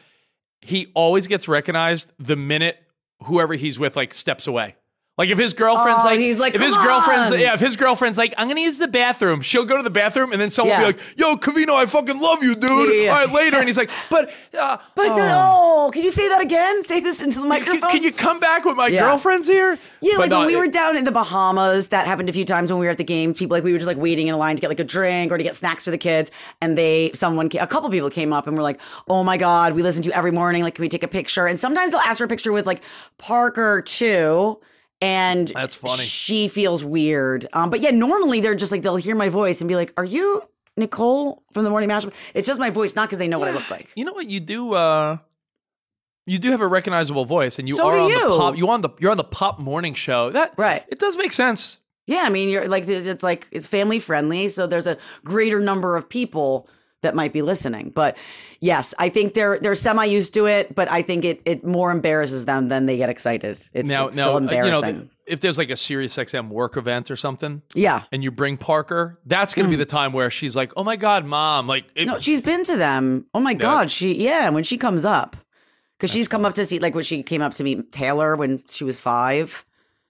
Speaker 5: he always gets recognized the minute whoever he's with like steps away. Like if his girlfriend's
Speaker 4: Oh,
Speaker 5: like,
Speaker 4: he's like,
Speaker 5: if his
Speaker 4: "Come
Speaker 5: girlfriend's
Speaker 4: on."
Speaker 5: yeah, if his girlfriend's like, I'm gonna use the bathroom, she'll go to the bathroom and then someone
Speaker 4: Yeah.
Speaker 5: will be like, Yo, Cavino, I fucking love you, dude.
Speaker 4: Yeah, yeah, yeah.
Speaker 5: All right, later, and he's like, But uh,
Speaker 4: but oh. can you say that again? Say this into the
Speaker 5: can,
Speaker 4: microphone.
Speaker 5: can you come back when my
Speaker 4: Yeah.
Speaker 5: girlfriend's here?
Speaker 4: Yeah,
Speaker 5: But
Speaker 4: like
Speaker 5: no,
Speaker 4: when we
Speaker 5: it-
Speaker 4: were down in the Bahamas, that happened a few times when we were at the game. People like we were just like waiting in line to get like a drink or to get snacks for the kids, and they someone ca- a couple people came up and were like, "Oh my god, we listen to you every morning. Like, can we take a picture?" And sometimes they'll ask for a picture with like Parker too, and
Speaker 5: That's funny.
Speaker 4: She feels weird, um, but yeah, normally they're just like they'll hear my voice and be like, "Are you Nicole from the Morning Mashup?" It's just my voice, not because they know what I
Speaker 5: <sighs>
Speaker 4: look like.
Speaker 5: You know what you do? Uh, you do have a recognizable voice, and you
Speaker 4: So
Speaker 5: are
Speaker 4: do
Speaker 5: on the
Speaker 4: you.
Speaker 5: pop. You on the you're on the pop morning show. That
Speaker 4: Right.
Speaker 5: It does make sense.
Speaker 4: Yeah, I mean, you're like there's- it's like it's family friendly, so there's a greater number of people that might be listening. But yes, I think they're they're semi used to it, but I think it it more embarrasses them than they get excited. It's,
Speaker 5: now,
Speaker 4: it's
Speaker 5: now
Speaker 4: still
Speaker 5: uh, you know,
Speaker 4: embarrassing.
Speaker 5: th- if there's like a Sirius XM work event or something,
Speaker 4: yeah.
Speaker 5: and you bring Parker, that's going to be the time where she's like, "Oh my god, mom!" Like, it,
Speaker 4: Mm. No, she's been to them. Oh my god, she yeah, when she comes up. Cuz she's come up to see like when she came up to meet Taylor when she was 5.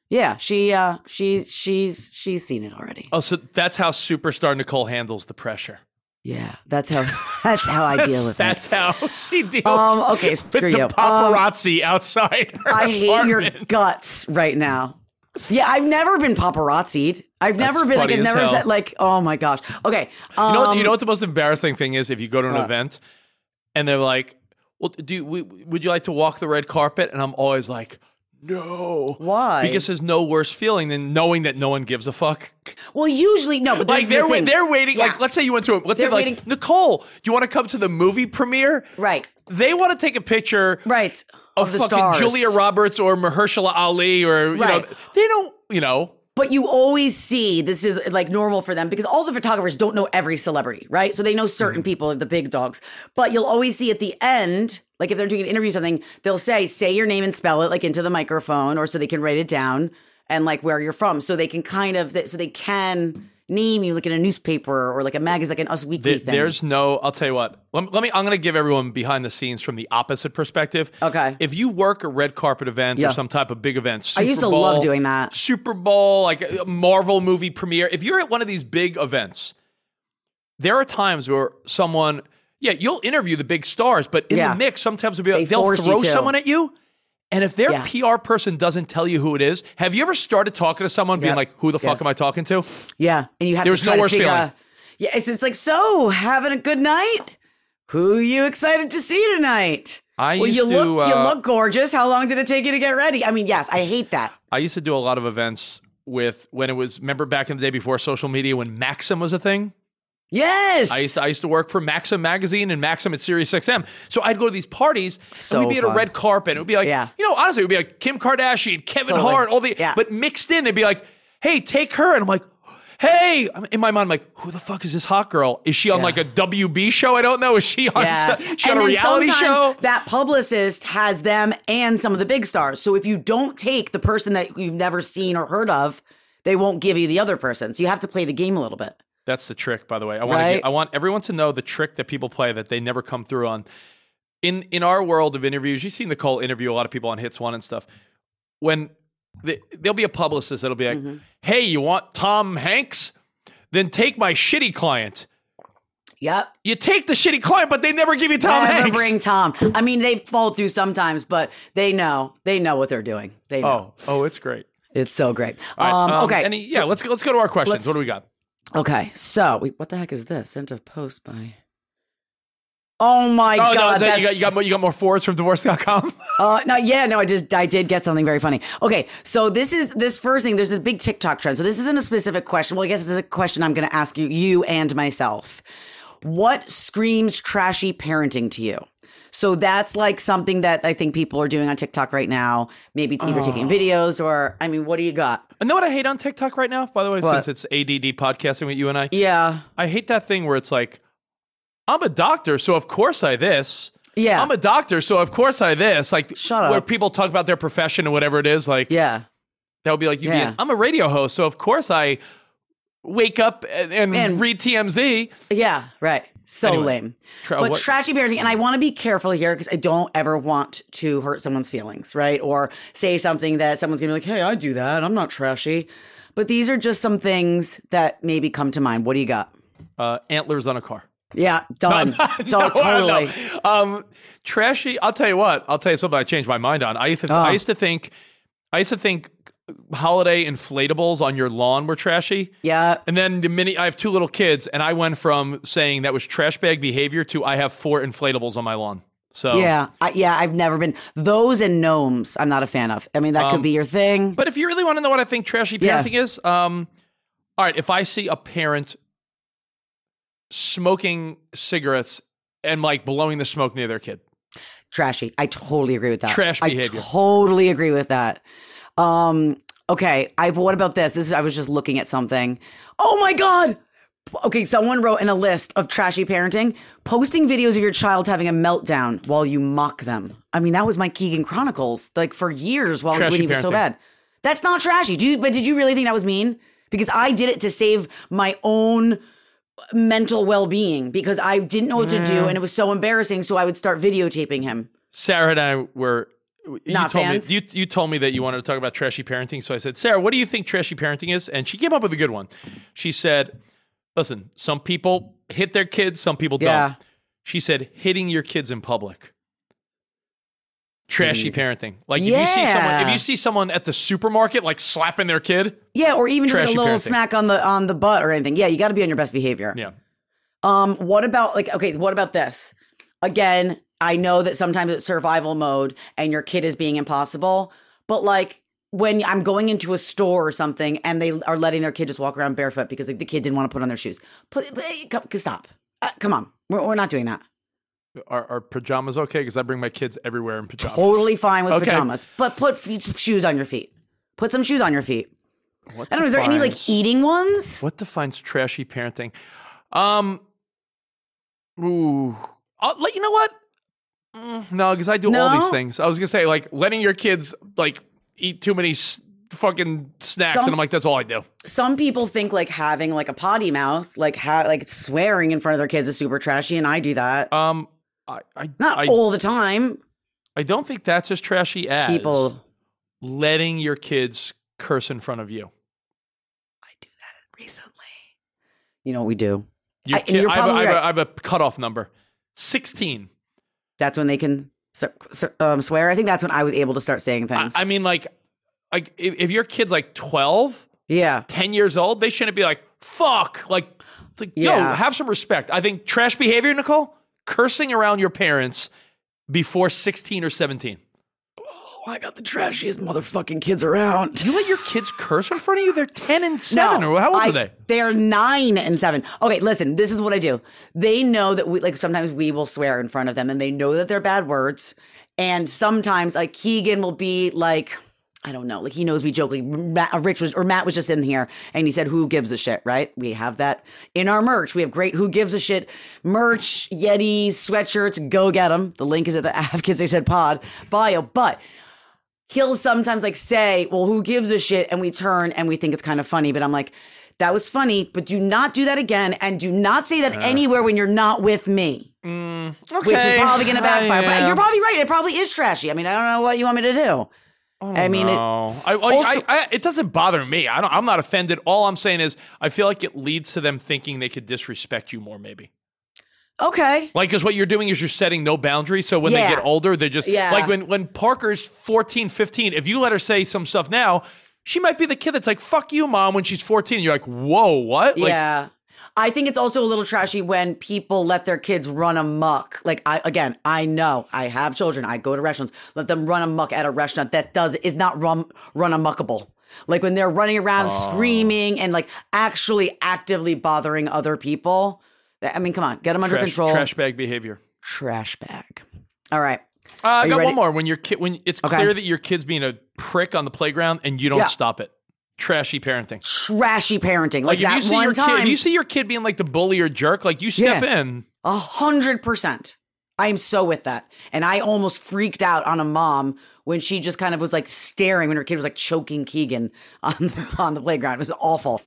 Speaker 4: Yeah, she uh she she's she's seen it already.
Speaker 5: oh, so that's how superstar Nicole handles the pressure.
Speaker 4: Yeah, that's how <laughs> that's how I deal with it.
Speaker 5: That's how <laughs> she deals
Speaker 4: Um, okay,
Speaker 5: with
Speaker 4: screw
Speaker 5: the
Speaker 4: you. Um,
Speaker 5: paparazzi outside. her
Speaker 4: I hate your
Speaker 5: apartment.
Speaker 4: guts right now. Yeah, I've never been paparazzied. I've never been like
Speaker 5: funny
Speaker 4: I've
Speaker 5: as
Speaker 4: never
Speaker 5: hell.
Speaker 4: said like oh my gosh. Okay, um,
Speaker 5: You know, what, you know what the most embarrassing thing is if you go to an event and they're like, "Well, do you, we, would you like to walk the red carpet?" And I'm always like, "No."
Speaker 4: Why?
Speaker 5: Because there's no worse feeling than knowing that no one gives a fuck.
Speaker 4: well, usually no, but this
Speaker 5: Like
Speaker 4: is the
Speaker 5: they're wai-
Speaker 4: thing.
Speaker 5: they're waiting.
Speaker 4: Yeah.
Speaker 5: Like let's say you went to a, let's
Speaker 4: They're
Speaker 5: say like
Speaker 4: waiting-
Speaker 5: Nicole, do you want to come to the movie premiere?
Speaker 4: Right.
Speaker 5: They want to take a picture
Speaker 4: right
Speaker 5: of,
Speaker 4: of, the
Speaker 5: fucking
Speaker 4: stars.
Speaker 5: Julia Roberts or Mahershala Ali or you
Speaker 4: Right.
Speaker 5: know they don't you know
Speaker 4: But you always see this is like normal for them because all the photographers don't know every celebrity, right? So they know
Speaker 5: Mm-hmm.
Speaker 4: certain people, the big dogs. But you'll always see at the end, like if they're doing an interview, or something, they'll say, say your name and spell it like into the microphone or so they can write it down and like where you're from. So they can kind of, so they can name you like in a newspaper or like a magazine, like an Us Weekly
Speaker 5: Th-
Speaker 4: thing.
Speaker 5: There's no. I'll tell you what. Let, let me. I'm going to give everyone behind the scenes from the opposite perspective.
Speaker 4: Okay.
Speaker 5: If you work a red carpet event
Speaker 4: Yeah.
Speaker 5: or some type of big event,
Speaker 4: I
Speaker 5: Super
Speaker 4: used to
Speaker 5: Bowl-
Speaker 4: love doing that.
Speaker 5: Super Bowl, like a Marvel movie premiere. If you're at one of these big events, there are times where someone Yeah, you'll interview the big stars, but in
Speaker 4: Yeah.
Speaker 5: the mix, sometimes they'll, be,
Speaker 4: They
Speaker 5: they'll
Speaker 4: force you
Speaker 5: throw
Speaker 4: to.
Speaker 5: someone at you. And if their
Speaker 4: Yes.
Speaker 5: PR person doesn't tell you who it is, have you ever started talking to someone being
Speaker 4: Yep.
Speaker 5: like, who the fuck
Speaker 4: Yes.
Speaker 5: am I talking to?
Speaker 4: Yeah, and you have
Speaker 5: There's
Speaker 4: to
Speaker 5: no
Speaker 4: try to
Speaker 5: worse
Speaker 4: figure
Speaker 5: feeling.
Speaker 4: out- Yeah, it's, it's like so having a good night. Who you excited to see tonight?
Speaker 5: I
Speaker 4: well,
Speaker 5: used
Speaker 4: you
Speaker 5: to,
Speaker 4: look you
Speaker 5: uh,
Speaker 4: look gorgeous. How long did it take you to get ready? I mean, yes, I hate that.
Speaker 5: I used to do a lot of events with when it was, remember back in the day before social media when Maxim was a thing?
Speaker 4: Yes,
Speaker 5: I used, to, <laughs> I used to work for Maxim magazine and Maxim at Sirius XM. So I'd go to these parties.
Speaker 4: So
Speaker 5: and we'd be at a
Speaker 4: fun.
Speaker 5: red carpet. It would be like,
Speaker 4: Yeah.
Speaker 5: you know, honestly, it would be like Kim Kardashian, Kevin
Speaker 4: Totally.
Speaker 5: Hart, all the,
Speaker 4: Yeah.
Speaker 5: but mixed in, they'd be like, hey, take her. And I'm like, hey, I'm- in my mind, I'm like, who the fuck is this hot girl? Is she on
Speaker 4: Yeah.
Speaker 5: like a WB show? I don't know. Is she on,
Speaker 4: Yes.
Speaker 5: so- she
Speaker 4: and
Speaker 5: on a
Speaker 4: then
Speaker 5: reality show?
Speaker 4: sometimes That publicist has them and some of the big stars. So if you don't take the person that you've never seen or heard of, they won't give you the other person. So you have to play the game a little bit.
Speaker 5: That's the trick, by the way. I want to
Speaker 4: Right?
Speaker 5: get, I want everyone to know the trick that people play that they never come through on. In in our world of interviews, you've seen the Cole interview a lot of people on Hits One and stuff. When the, there'll be a publicist that'll be like,
Speaker 4: Mm-hmm.
Speaker 5: "Hey, you want Tom Hanks? Then take my shitty client."
Speaker 4: <laughs> Yep.
Speaker 5: You take the shitty client, but they never give you Tom
Speaker 4: Never
Speaker 5: Hanks.
Speaker 4: bring Tom. I mean, they fall through sometimes, but they know. They know what they're doing. They know.
Speaker 5: <laughs> oh, oh, it's great.
Speaker 4: It's so great.
Speaker 5: All right,
Speaker 4: um, okay.
Speaker 5: Any, yeah, let's go, let's go to our questions.
Speaker 4: Let's-
Speaker 5: what do we got?
Speaker 4: okay. So, wait, what the heck is this? Sent a post by. Oh my
Speaker 5: oh
Speaker 4: God.
Speaker 5: no, that- you got
Speaker 4: that's-
Speaker 5: you got more, you got more forwards
Speaker 4: <laughs>
Speaker 5: from divorce.com.
Speaker 4: Uh, no, yeah, no, I just I did get something very funny. Okay, so this is this first thing. There's a big TikTok trend. So this isn't a specific question. Well, I guess it's a question I'm going to ask you, you and myself. What screams trashy parenting to you? So that's like something that I think people are doing on TikTok right now. Maybe it's either
Speaker 5: Oh.
Speaker 4: taking videos or I mean, what do you got?
Speaker 5: and know what I hate on TikTok right now? By the way,
Speaker 4: What?
Speaker 5: since it's ADD podcasting with you and I,
Speaker 4: Yeah,
Speaker 5: I hate that thing where it's like, I'm a doctor, so of course I this.
Speaker 4: yeah,
Speaker 5: I'm a doctor, so of course I this. Like,
Speaker 4: Shut
Speaker 5: Where
Speaker 4: up.
Speaker 5: people talk about their profession and whatever it is, like
Speaker 4: yeah,
Speaker 5: that would be like, you
Speaker 4: Yeah.
Speaker 5: yeah. I'm a radio host, so of course I wake up and, and
Speaker 4: And-
Speaker 5: read TMZ.
Speaker 4: yeah. Right. So
Speaker 5: Anyway.
Speaker 4: lame.
Speaker 5: Tra-
Speaker 4: but
Speaker 5: Uh, what-
Speaker 4: trashy parenting, and I want to be careful here because I don't ever want to hurt someone's feelings, right? Or say something that someone's gonna be like, "Hey, I do that. I'm not trashy." But these are just some things that maybe come to mind. What do you got?
Speaker 5: uh, antlers on
Speaker 4: <laughs>
Speaker 5: a car.
Speaker 4: Yeah, done. so
Speaker 5: <laughs> No,
Speaker 4: totally.
Speaker 5: no. Um, trashy. I'll tell you what. I'll tell you something I changed my mind on. I used to,
Speaker 4: Oh.
Speaker 5: I used to think, I used to think holiday inflatables on your lawn were trashy.
Speaker 4: Yeah,
Speaker 5: And then the mini, I have two little kids, and I went from saying that was trash bag behavior to I have four inflatables on my lawn. So
Speaker 4: yeah, I, yeah. I've never been those and gnomes. I'm not a fan of. I mean, that could be your thing.
Speaker 5: Um, But if you really want to know what I think trashy
Speaker 4: Yeah.
Speaker 5: parenting is, um, all right, if I see a parent smoking cigarettes and like blowing the smoke near their kid,
Speaker 4: trashy. I totally agree with that.
Speaker 5: Trash behavior.
Speaker 4: I totally agree with that. Um, okay, I what about this? This is I was just looking at something. Oh my god. Okay, someone wrote in a list of trashy parenting, posting videos of your child having a meltdown while you mock them. I mean, that was my Keegan Chronicles like for years while
Speaker 5: Trashy
Speaker 4: when he was so
Speaker 5: parenting.
Speaker 4: bad. That's not trashy. Do you, but did you really think that was mean? Because I did it to save my own mental well-being because I didn't know what to
Speaker 5: Mm.
Speaker 4: do and it was so embarrassing so I would start videotaping him.
Speaker 5: Sarah and I were. You
Speaker 4: Not
Speaker 5: told
Speaker 4: fans?
Speaker 5: me you, you told me that you wanted to talk about trashy parenting, so I said, Sarah, what do you think trashy parenting is? And she came up with a good one. She said, "Listen, some people hit their kids, some people
Speaker 4: Yeah.
Speaker 5: don't." She said, "Hitting your kids in public." Trashy parenting. Like if you see someone if
Speaker 4: Mm. Yeah.
Speaker 5: you see someone at the supermarket like slapping their kid,
Speaker 4: Yeah, or even just like a
Speaker 5: Trashy
Speaker 4: little
Speaker 5: parenting.
Speaker 4: smack on the on the butt or anything. Yeah, you got to be on your best behavior.
Speaker 5: yeah.
Speaker 4: Um, what about like okay, what about this? Again, I know that sometimes it's survival mode and your kid is being impossible, but like when I'm going into a store or something and they are letting their kid just walk around barefoot because like the kid didn't want to put on their shoes. Put, put come, stop. Uh, come on. We're, we're not doing that.
Speaker 5: Are, are pajamas okay? Because I bring my kids everywhere in pajamas.
Speaker 4: Totally fine with
Speaker 5: Okay.
Speaker 4: pajamas, but put f- shoes on your feet. Put some shoes on your feet.
Speaker 5: What
Speaker 4: I don't know. Is there any like
Speaker 5: defines-
Speaker 4: eating ones?
Speaker 5: What defines trashy parenting? Um, ooh, I'll, let- you know what? Mm, no, because I do all
Speaker 4: No?
Speaker 5: these things. I was gonna say like letting your kids like eat too many s- fucking snacks,
Speaker 4: Some-
Speaker 5: and I'm like, that's all I do.
Speaker 4: some people think like having like a potty mouth, like ha- like swearing in front of their kids is super trashy, and I do that
Speaker 5: Um, I I
Speaker 4: not
Speaker 5: I,
Speaker 4: all the time.
Speaker 5: I don't think that's as trashy as
Speaker 4: People
Speaker 5: letting your kids curse in front of you.
Speaker 4: recently, you know what we do?
Speaker 5: Your
Speaker 4: I- and
Speaker 5: kid,
Speaker 4: you're
Speaker 5: I, have a,
Speaker 4: probably
Speaker 5: I, have a,
Speaker 4: right.
Speaker 5: I have a cutoff number. 16.
Speaker 4: That's when they can s- s- um, swear. I think that's when I was able to start saying
Speaker 5: I,
Speaker 4: things.
Speaker 5: I mean, like, like if, if your kid's like 12,
Speaker 4: yeah.
Speaker 5: 10 years old, they shouldn't be like, fuck. Like, it's like yo,
Speaker 4: Yeah.
Speaker 5: have some respect. I think trash behavior, Nicole, cursing around your parents before 16 or 17.
Speaker 4: Oh, I got the trashiest motherfucking kids around.
Speaker 5: You let your kids curse in front of you? They're 10 and 7,
Speaker 4: No,
Speaker 5: or how old
Speaker 4: I-
Speaker 5: are they?
Speaker 4: They are nine and seven. Okay, listen, this is what I do. They know that we like sometimes we will swear in front of them and they know that they're bad words. And sometimes like Keegan will be like, I don't know, like he knows we jokingly Matt, uh, Rich was or Matt was just in here and he said, Who gives a shit, right? We have that in our merch. We have great who gives a shit merch, Yetis, sweatshirts, go get them. The link is at the <laughs> Av Kids They Said Pod bio. But he'll sometimes like say, Well, who gives a shit? And we turn and we think it's kind of funny. But I'm like, That was funny, but do not do that again. And do not say that anywhere when you're not with me, which is probably
Speaker 5: <laughs>
Speaker 4: going to backfire. But you're probably right. It probably is trashy. I mean, I don't know what you want me to do. I, mean, it,
Speaker 5: No, I, I,
Speaker 4: also-
Speaker 5: I, I, it doesn't bother me. I don't, I'm not offended. All I'm saying is, I feel like it leads to them thinking they could disrespect you more, maybe.
Speaker 4: okay.
Speaker 5: Like, because what you're doing is you're setting no boundaries. So when they
Speaker 4: Yeah.
Speaker 5: get older, they just,
Speaker 4: Yeah.
Speaker 5: like when, when Parker's 14, 15, if you let her say some stuff now, she might be the kid that's like, fuck you, mom, when she's 14. You're like, whoa, what? Like,
Speaker 4: yeah. I think it's also a little trashy when people let their kids run amok. Like I again, I know I have children. I go to restaurants. Let them run amok at a restaurant that does is not run run amuckable. Like when they're running around screaming and like actually actively bothering other people. I mean, come on, get them under
Speaker 5: trash,
Speaker 4: control.
Speaker 5: trash bag behavior.
Speaker 4: Trash bag. All right.
Speaker 5: Uh, I
Speaker 4: you
Speaker 5: got
Speaker 4: ready?
Speaker 5: one more. When your kid, when it's
Speaker 4: Okay.
Speaker 5: clear that your kid's being a prick on the playground and you don't
Speaker 4: Yeah.
Speaker 5: stop it, trashy parenting.
Speaker 4: Trashy parenting. Like,
Speaker 5: Like, if
Speaker 4: that
Speaker 5: you see
Speaker 4: one
Speaker 5: your
Speaker 4: time.
Speaker 5: kid, if you see your kid being like the bully or jerk, like you step
Speaker 4: Yeah.
Speaker 5: in.
Speaker 4: A hundred percent. I am so with that. And I almost freaked out on a mom when she just kind of was like staring when her kid was like choking Keegan <laughs> on the, on the playground. It was awful.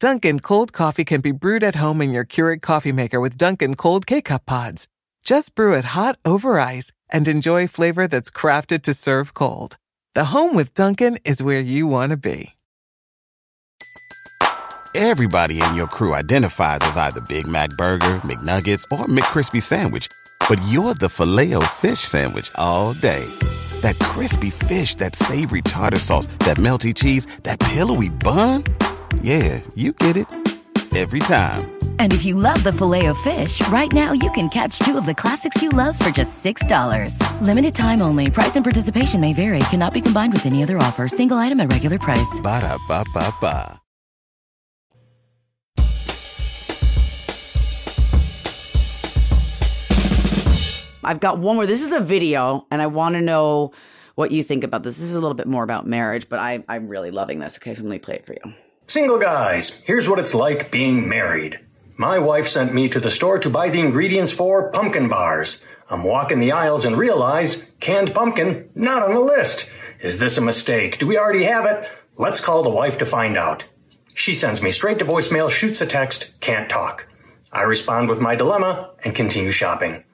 Speaker 1: Dunkin' cold coffee can be brewed at home in your Keurig coffee maker with Dunkin' cold K-cup pods. Just brew it hot over ice and enjoy flavor that's crafted to serve cold. The home with Dunkin' is where you want to be.
Speaker 2: Everybody in your crew identifies as either Big Mac Burger, McNuggets, or McCrispy Sandwich. But you're the filet fish Sandwich all day. That crispy fish, that savory tartar sauce, that melty cheese, that pillowy bun. Yeah, you get it. Every time.
Speaker 3: And if you love the filet of fish, right now you can catch two of the classics you love for just $6. Limited time only. Price and participation may vary. Cannot be combined with any other offer. Single item at regular price.
Speaker 2: Ba-da-ba-ba-ba.
Speaker 4: I've got one more. This is a video, and I want to know what you think about this. This is a little bit more about marriage, but I, I'm really loving this. Okay, so I'm going to play it for you.
Speaker 7: Single guys, here's what it's like being married. My wife sent me to the store to buy the ingredients for pumpkin bars. I'm walking the aisles and realize canned pumpkin not on the list. Is this a mistake? Do we already have it? Let's call the wife to find out. She sends me straight to voicemail, shoots a text, can't talk. I respond with my dilemma and continue shopping.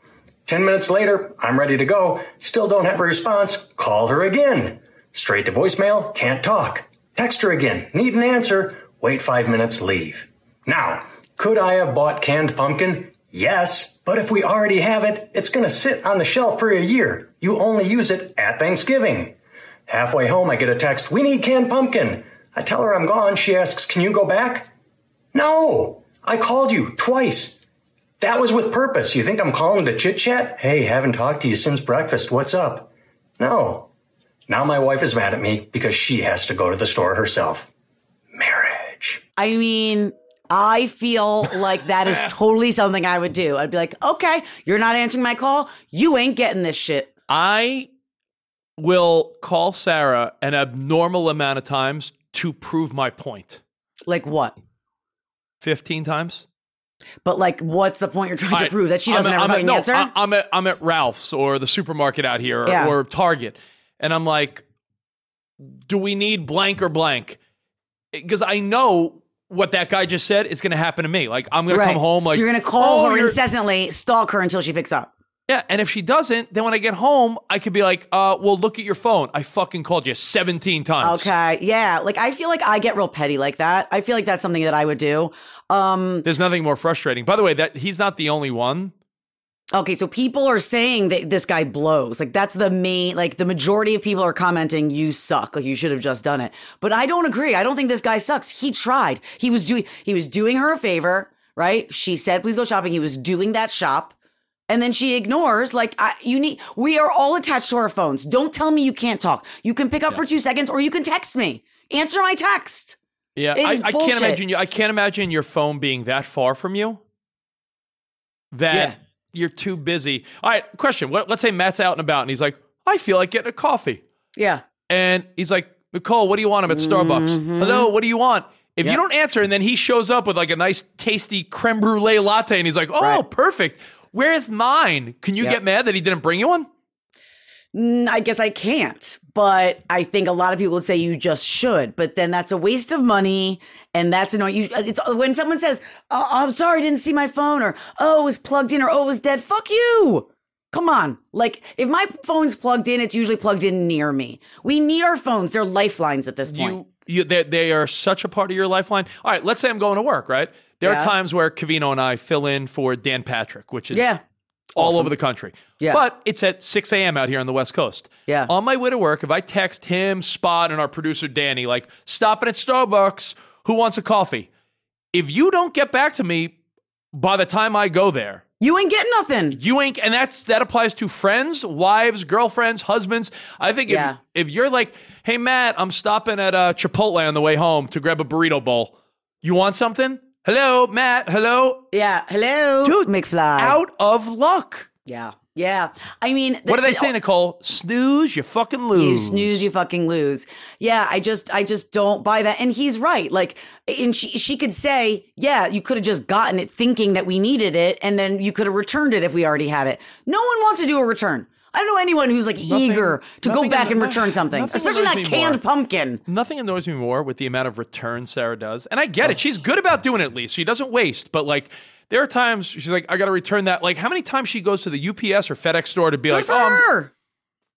Speaker 7: 10 minutes later, I'm ready to go. Still don't have a response. Call her again. Straight to voicemail, can't talk. Text her again, need an answer. Wait five minutes, leave. Now, could I have bought canned pumpkin? Yes, but if we already have it, it's going to sit on the shelf for a year. You only use it at Thanksgiving. Halfway home, I get a text, We need canned pumpkin. I tell her I'm gone. She asks, Can you go back? No! I called you twice. That was with purpose. You think I'm calling to chit chat? Hey, haven't talked to you since breakfast. What's up? No. Now my wife is mad at me because she has to go to the store herself. Marriage.
Speaker 4: I mean, I feel like that is totally something I would do. I'd be like, okay, you're not answering my call. You ain't getting this shit.
Speaker 5: I will call Sarah an abnormal amount of times to prove my point.
Speaker 4: Like what?
Speaker 5: 15 times?
Speaker 4: But like, what's the point you're trying to
Speaker 5: Alright,
Speaker 4: prove that she
Speaker 5: I'm
Speaker 4: doesn't
Speaker 5: at-
Speaker 4: have a
Speaker 5: I'm at-
Speaker 4: fucking
Speaker 5: no,
Speaker 4: answer?
Speaker 5: I, am at I'm at Ralph's or the supermarket out here or,
Speaker 4: Yeah.
Speaker 5: or Target, and I'm like, do we need blank or blank? Because I know what that guy just said is going to happen to me. Like I'm going to come home like
Speaker 4: so you're gonna call
Speaker 5: "Oh,
Speaker 4: her
Speaker 5: you're-"
Speaker 4: incessantly, stalk her until she picks up.
Speaker 5: Yeah, and if she doesn't, then when I get home, I could be like, uh, well, look at your phone. I fucking called you 17 times.
Speaker 4: Okay. Yeah. Like I feel like I get real petty like that. I feel like that's something that I would do. Um
Speaker 5: There's nothing more frustrating. By the way, that he's not the only one.
Speaker 4: okay, so people are saying that this guy blows. Like that's the main like the majority of people are commenting you suck. Like you should have just done it. But I don't agree. I don't think this guy sucks. He tried. He was doing he was doing her a favor, right? She said please go shopping. He was doing that shop. And then she ignores, like, I, you need, we are all attached to our phones. Don't tell me you can't talk. You can pick up for two seconds or you can text me. Answer my text.
Speaker 5: Yeah,
Speaker 4: It
Speaker 5: I,
Speaker 4: is
Speaker 5: I can't
Speaker 4: bullshit.
Speaker 5: imagine you. I can't imagine your phone being that far from you. That
Speaker 4: Yeah.
Speaker 5: you're too busy. All right, question. What, let's say Matt's out and about, and he's like, "I feel like getting a coffee,"
Speaker 4: Yeah.
Speaker 5: and he's like, "Nicole, what do you want? I'm at Starbucks.
Speaker 4: Mm-hmm.
Speaker 5: Hello, what do you want?" If you don't answer, and then he shows up with like a nice, tasty creme brulee latte, and he's like, "Oh,
Speaker 4: Right.
Speaker 5: perfect. Where's mine? Can you
Speaker 4: Yep.
Speaker 5: get mad that he didn't bring you one?"
Speaker 4: Mm, I guess I can't, but I think a lot of people would say you just should, but then that's a waste of money and that's annoying. You, it's when someone says, oh, I'm sorry, I didn't see my phone or, oh, it was plugged in or, oh, it was dead. Fuck you. Come on. Like if my phone's plugged in, it's usually plugged in near me. We need our phones. They're lifelines at this point.
Speaker 5: you, you they, they are such a part of your lifeline. All right, let's say I'm going to work, right? There
Speaker 4: Yeah.
Speaker 5: are times where Cavino and I fill in for Dan Patrick, which is
Speaker 4: yeah.
Speaker 5: all over the country.
Speaker 4: Yeah.
Speaker 5: But it's at 6 a.m. out here on the West Coast.
Speaker 4: Yeah.
Speaker 5: On my way to work, if I text him, Spot, and our producer Danny, like, stopping at Starbucks, who wants a coffee? If you don't get back to me by the time I go there,
Speaker 4: You ain't getting nothing.
Speaker 5: you ain't, and that's that applies to friends, wives, girlfriends, husbands. I think if,
Speaker 4: Yeah.
Speaker 5: if you're like, hey Matt, I'm stopping at uh, Chipotle on the way home to grab a burrito bowl. You want something? Hello, Matt. Hello,
Speaker 4: Yeah. Hello.
Speaker 5: Dude,
Speaker 4: McFly.
Speaker 5: out of luck.
Speaker 4: Yeah. Yeah. I mean,
Speaker 5: What do they
Speaker 4: th-
Speaker 5: say, Nicole? Snooze, you fucking
Speaker 4: You
Speaker 5: lose.
Speaker 4: snooze, you fucking lose. Yeah, I just, I just don't buy that. And he's right. Like, and she, she could say, yeah, you could have just gotten it thinking that we needed it, and then you could have returned it if we already had it. No one wants to do a return. I don't know anyone who's like eager to go
Speaker 5: nothing
Speaker 4: back and
Speaker 5: anno-
Speaker 4: return something,
Speaker 5: <laughs> nothing
Speaker 4: especially
Speaker 5: annoys
Speaker 4: not
Speaker 5: me more.
Speaker 4: canned pumpkin.
Speaker 5: Nothing annoys me more with the amount of returns Sarah does. And I get it. She's good about doing it at least. She doesn't waste, but like there are times she's like, I gotta return that. Like, how many times she goes to the UPS or FedEx store to be
Speaker 4: Good
Speaker 5: like,
Speaker 4: for
Speaker 5: oh, I'm-
Speaker 4: her.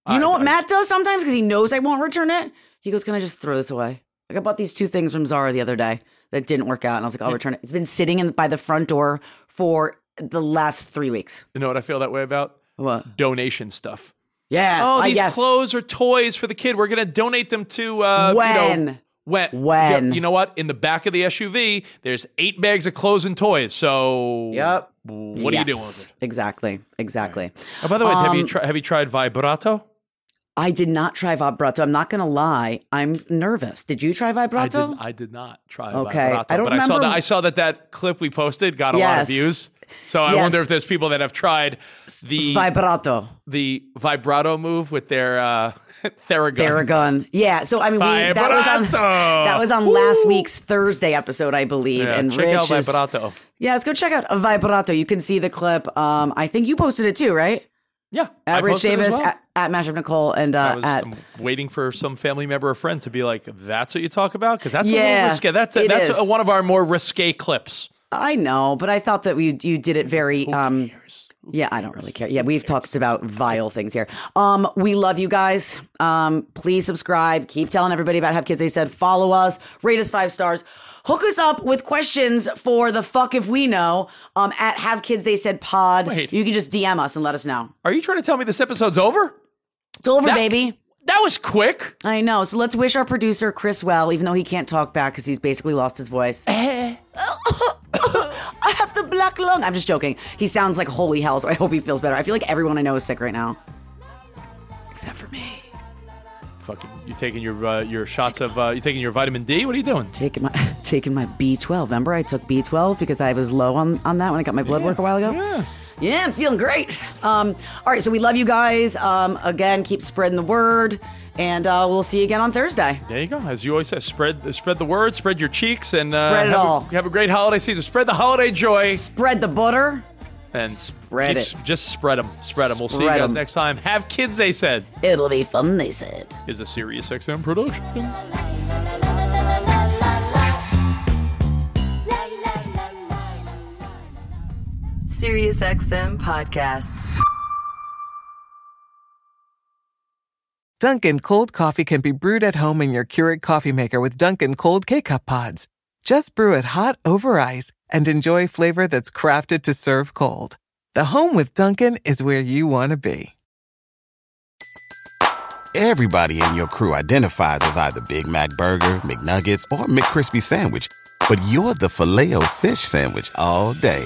Speaker 4: You
Speaker 5: I-
Speaker 4: know what
Speaker 5: I-
Speaker 4: Matt does sometimes because he knows I won't return it. He goes, "Can I just throw this away?" Like I bought these two things from Zara the other day that didn't work out, and I was like, "I'll return it." It's been sitting in, by the front door for the last three weeks.
Speaker 5: You know what I feel that way about?
Speaker 4: What?
Speaker 5: Donation stuff.
Speaker 4: Yeah.
Speaker 5: Oh,
Speaker 4: I
Speaker 5: these
Speaker 4: guess.
Speaker 5: clothes or toys for the kid. We're gonna donate them to uh, You know,
Speaker 4: When?
Speaker 5: when?
Speaker 4: When?
Speaker 5: You know what? In the back of the SUV, there's eight bags of clothes and toys. So
Speaker 4: Yep.
Speaker 5: What are you doing with it?
Speaker 4: Exactly. Exactly.
Speaker 5: Oh, by the way, have you
Speaker 4: Um,
Speaker 5: tri- have you tried vibrato?
Speaker 4: I did not try vibrato. I'm not going to lie. I'm nervous. Did you try vibrato?
Speaker 5: I did. I did not try
Speaker 4: Okay.
Speaker 5: vibrato,
Speaker 4: I don't
Speaker 5: but I saw
Speaker 4: remember-
Speaker 5: that. I saw that that clip we posted got a lot
Speaker 4: Yes.
Speaker 5: of views. So I
Speaker 4: Yes.
Speaker 5: wonder if there's people that have tried the
Speaker 4: vibrato.
Speaker 5: the vibrato move with their uh, <laughs> Theragun.
Speaker 4: Theragun. Yeah. So I mean, we, that was on
Speaker 5: Vibrato!
Speaker 4: that was on last week's Thursday episode, I believe.
Speaker 5: Yeah,
Speaker 4: and
Speaker 5: check
Speaker 4: Rich
Speaker 5: out
Speaker 4: is-
Speaker 5: vibrato.
Speaker 4: yeah, let's go check out vibrato. You can see the clip. Um, I think you posted it too, right?
Speaker 5: Yeah, I
Speaker 4: At Rich
Speaker 5: posted it as
Speaker 4: Davis,
Speaker 5: well.
Speaker 4: at, at Mashup Nicole, and
Speaker 5: I
Speaker 4: uh,
Speaker 5: was
Speaker 4: at
Speaker 5: um, waiting for some family member or friend to be like, "That's what you talk about," because that's a little
Speaker 4: Yeah,
Speaker 5: risque. That's a,
Speaker 4: it
Speaker 5: that's
Speaker 4: is.
Speaker 5: a, one of our more risque clips.
Speaker 4: I know, but I thought that we you did it very um Yeah, I don't really care. Yeah, we've talked about vile things here. Um, we love you guys. Um, please subscribe. Keep telling everybody about Have Kids They Said. Follow us. Rate us five stars. Hook us up with questions for the fuck if we know um, at Have Kids They Said Pod.
Speaker 5: Wait.
Speaker 4: You can just DM us and let us know.
Speaker 5: Are you trying to tell me this episode's over?
Speaker 4: It's over,
Speaker 5: That-
Speaker 4: baby.
Speaker 5: That was quick.
Speaker 4: I know. So let's wish our producer Chris well, even though he can't talk back because he's basically lost his voice. I have the black lung. I'm just joking. He sounds like holy hell. So I hope he feels better. I feel like everyone I know is sick right now, except for me.
Speaker 5: Fucking, you taking your uh, your shots of uh, you taking your vitamin D? What are you doing?
Speaker 4: Taking my <laughs> taking my B12. Remember, I took B12 because I was low on on that when I got my blood work a while ago.
Speaker 5: Yeah.
Speaker 4: Yeah, I'm feeling great. Um, all right, so we love you guys. Um, again, keep spreading the word, and uh, we'll see you again on Thursday.
Speaker 5: There you go. As you always say, spread spread the word, spread your cheeks, and uh,
Speaker 4: Spread it
Speaker 5: have,
Speaker 4: all.
Speaker 5: A, have a great holiday season. Spread the holiday joy
Speaker 4: Spread the butter.
Speaker 5: and
Speaker 4: spread
Speaker 5: keep-
Speaker 4: it.
Speaker 5: Just spread them, spread them. We'll see you
Speaker 4: Spread
Speaker 5: guys
Speaker 4: 'em.
Speaker 5: next time. Have kids, they said,
Speaker 4: It'll be fun, they said.
Speaker 5: is a serious XM production.
Speaker 8: SiriusXM podcasts.
Speaker 1: Dunkin' cold coffee can be brewed at home in your Keurig coffee maker with Dunkin' cold K-Cup pods. Just brew it hot over ice and enjoy flavor that's crafted to serve cold. The home with Dunkin' is where you want to be.
Speaker 2: Everybody in your crew identifies as either Big Mac Burger, McNuggets, or McCrispy Sandwich. But you're the filet fish Sandwich all day.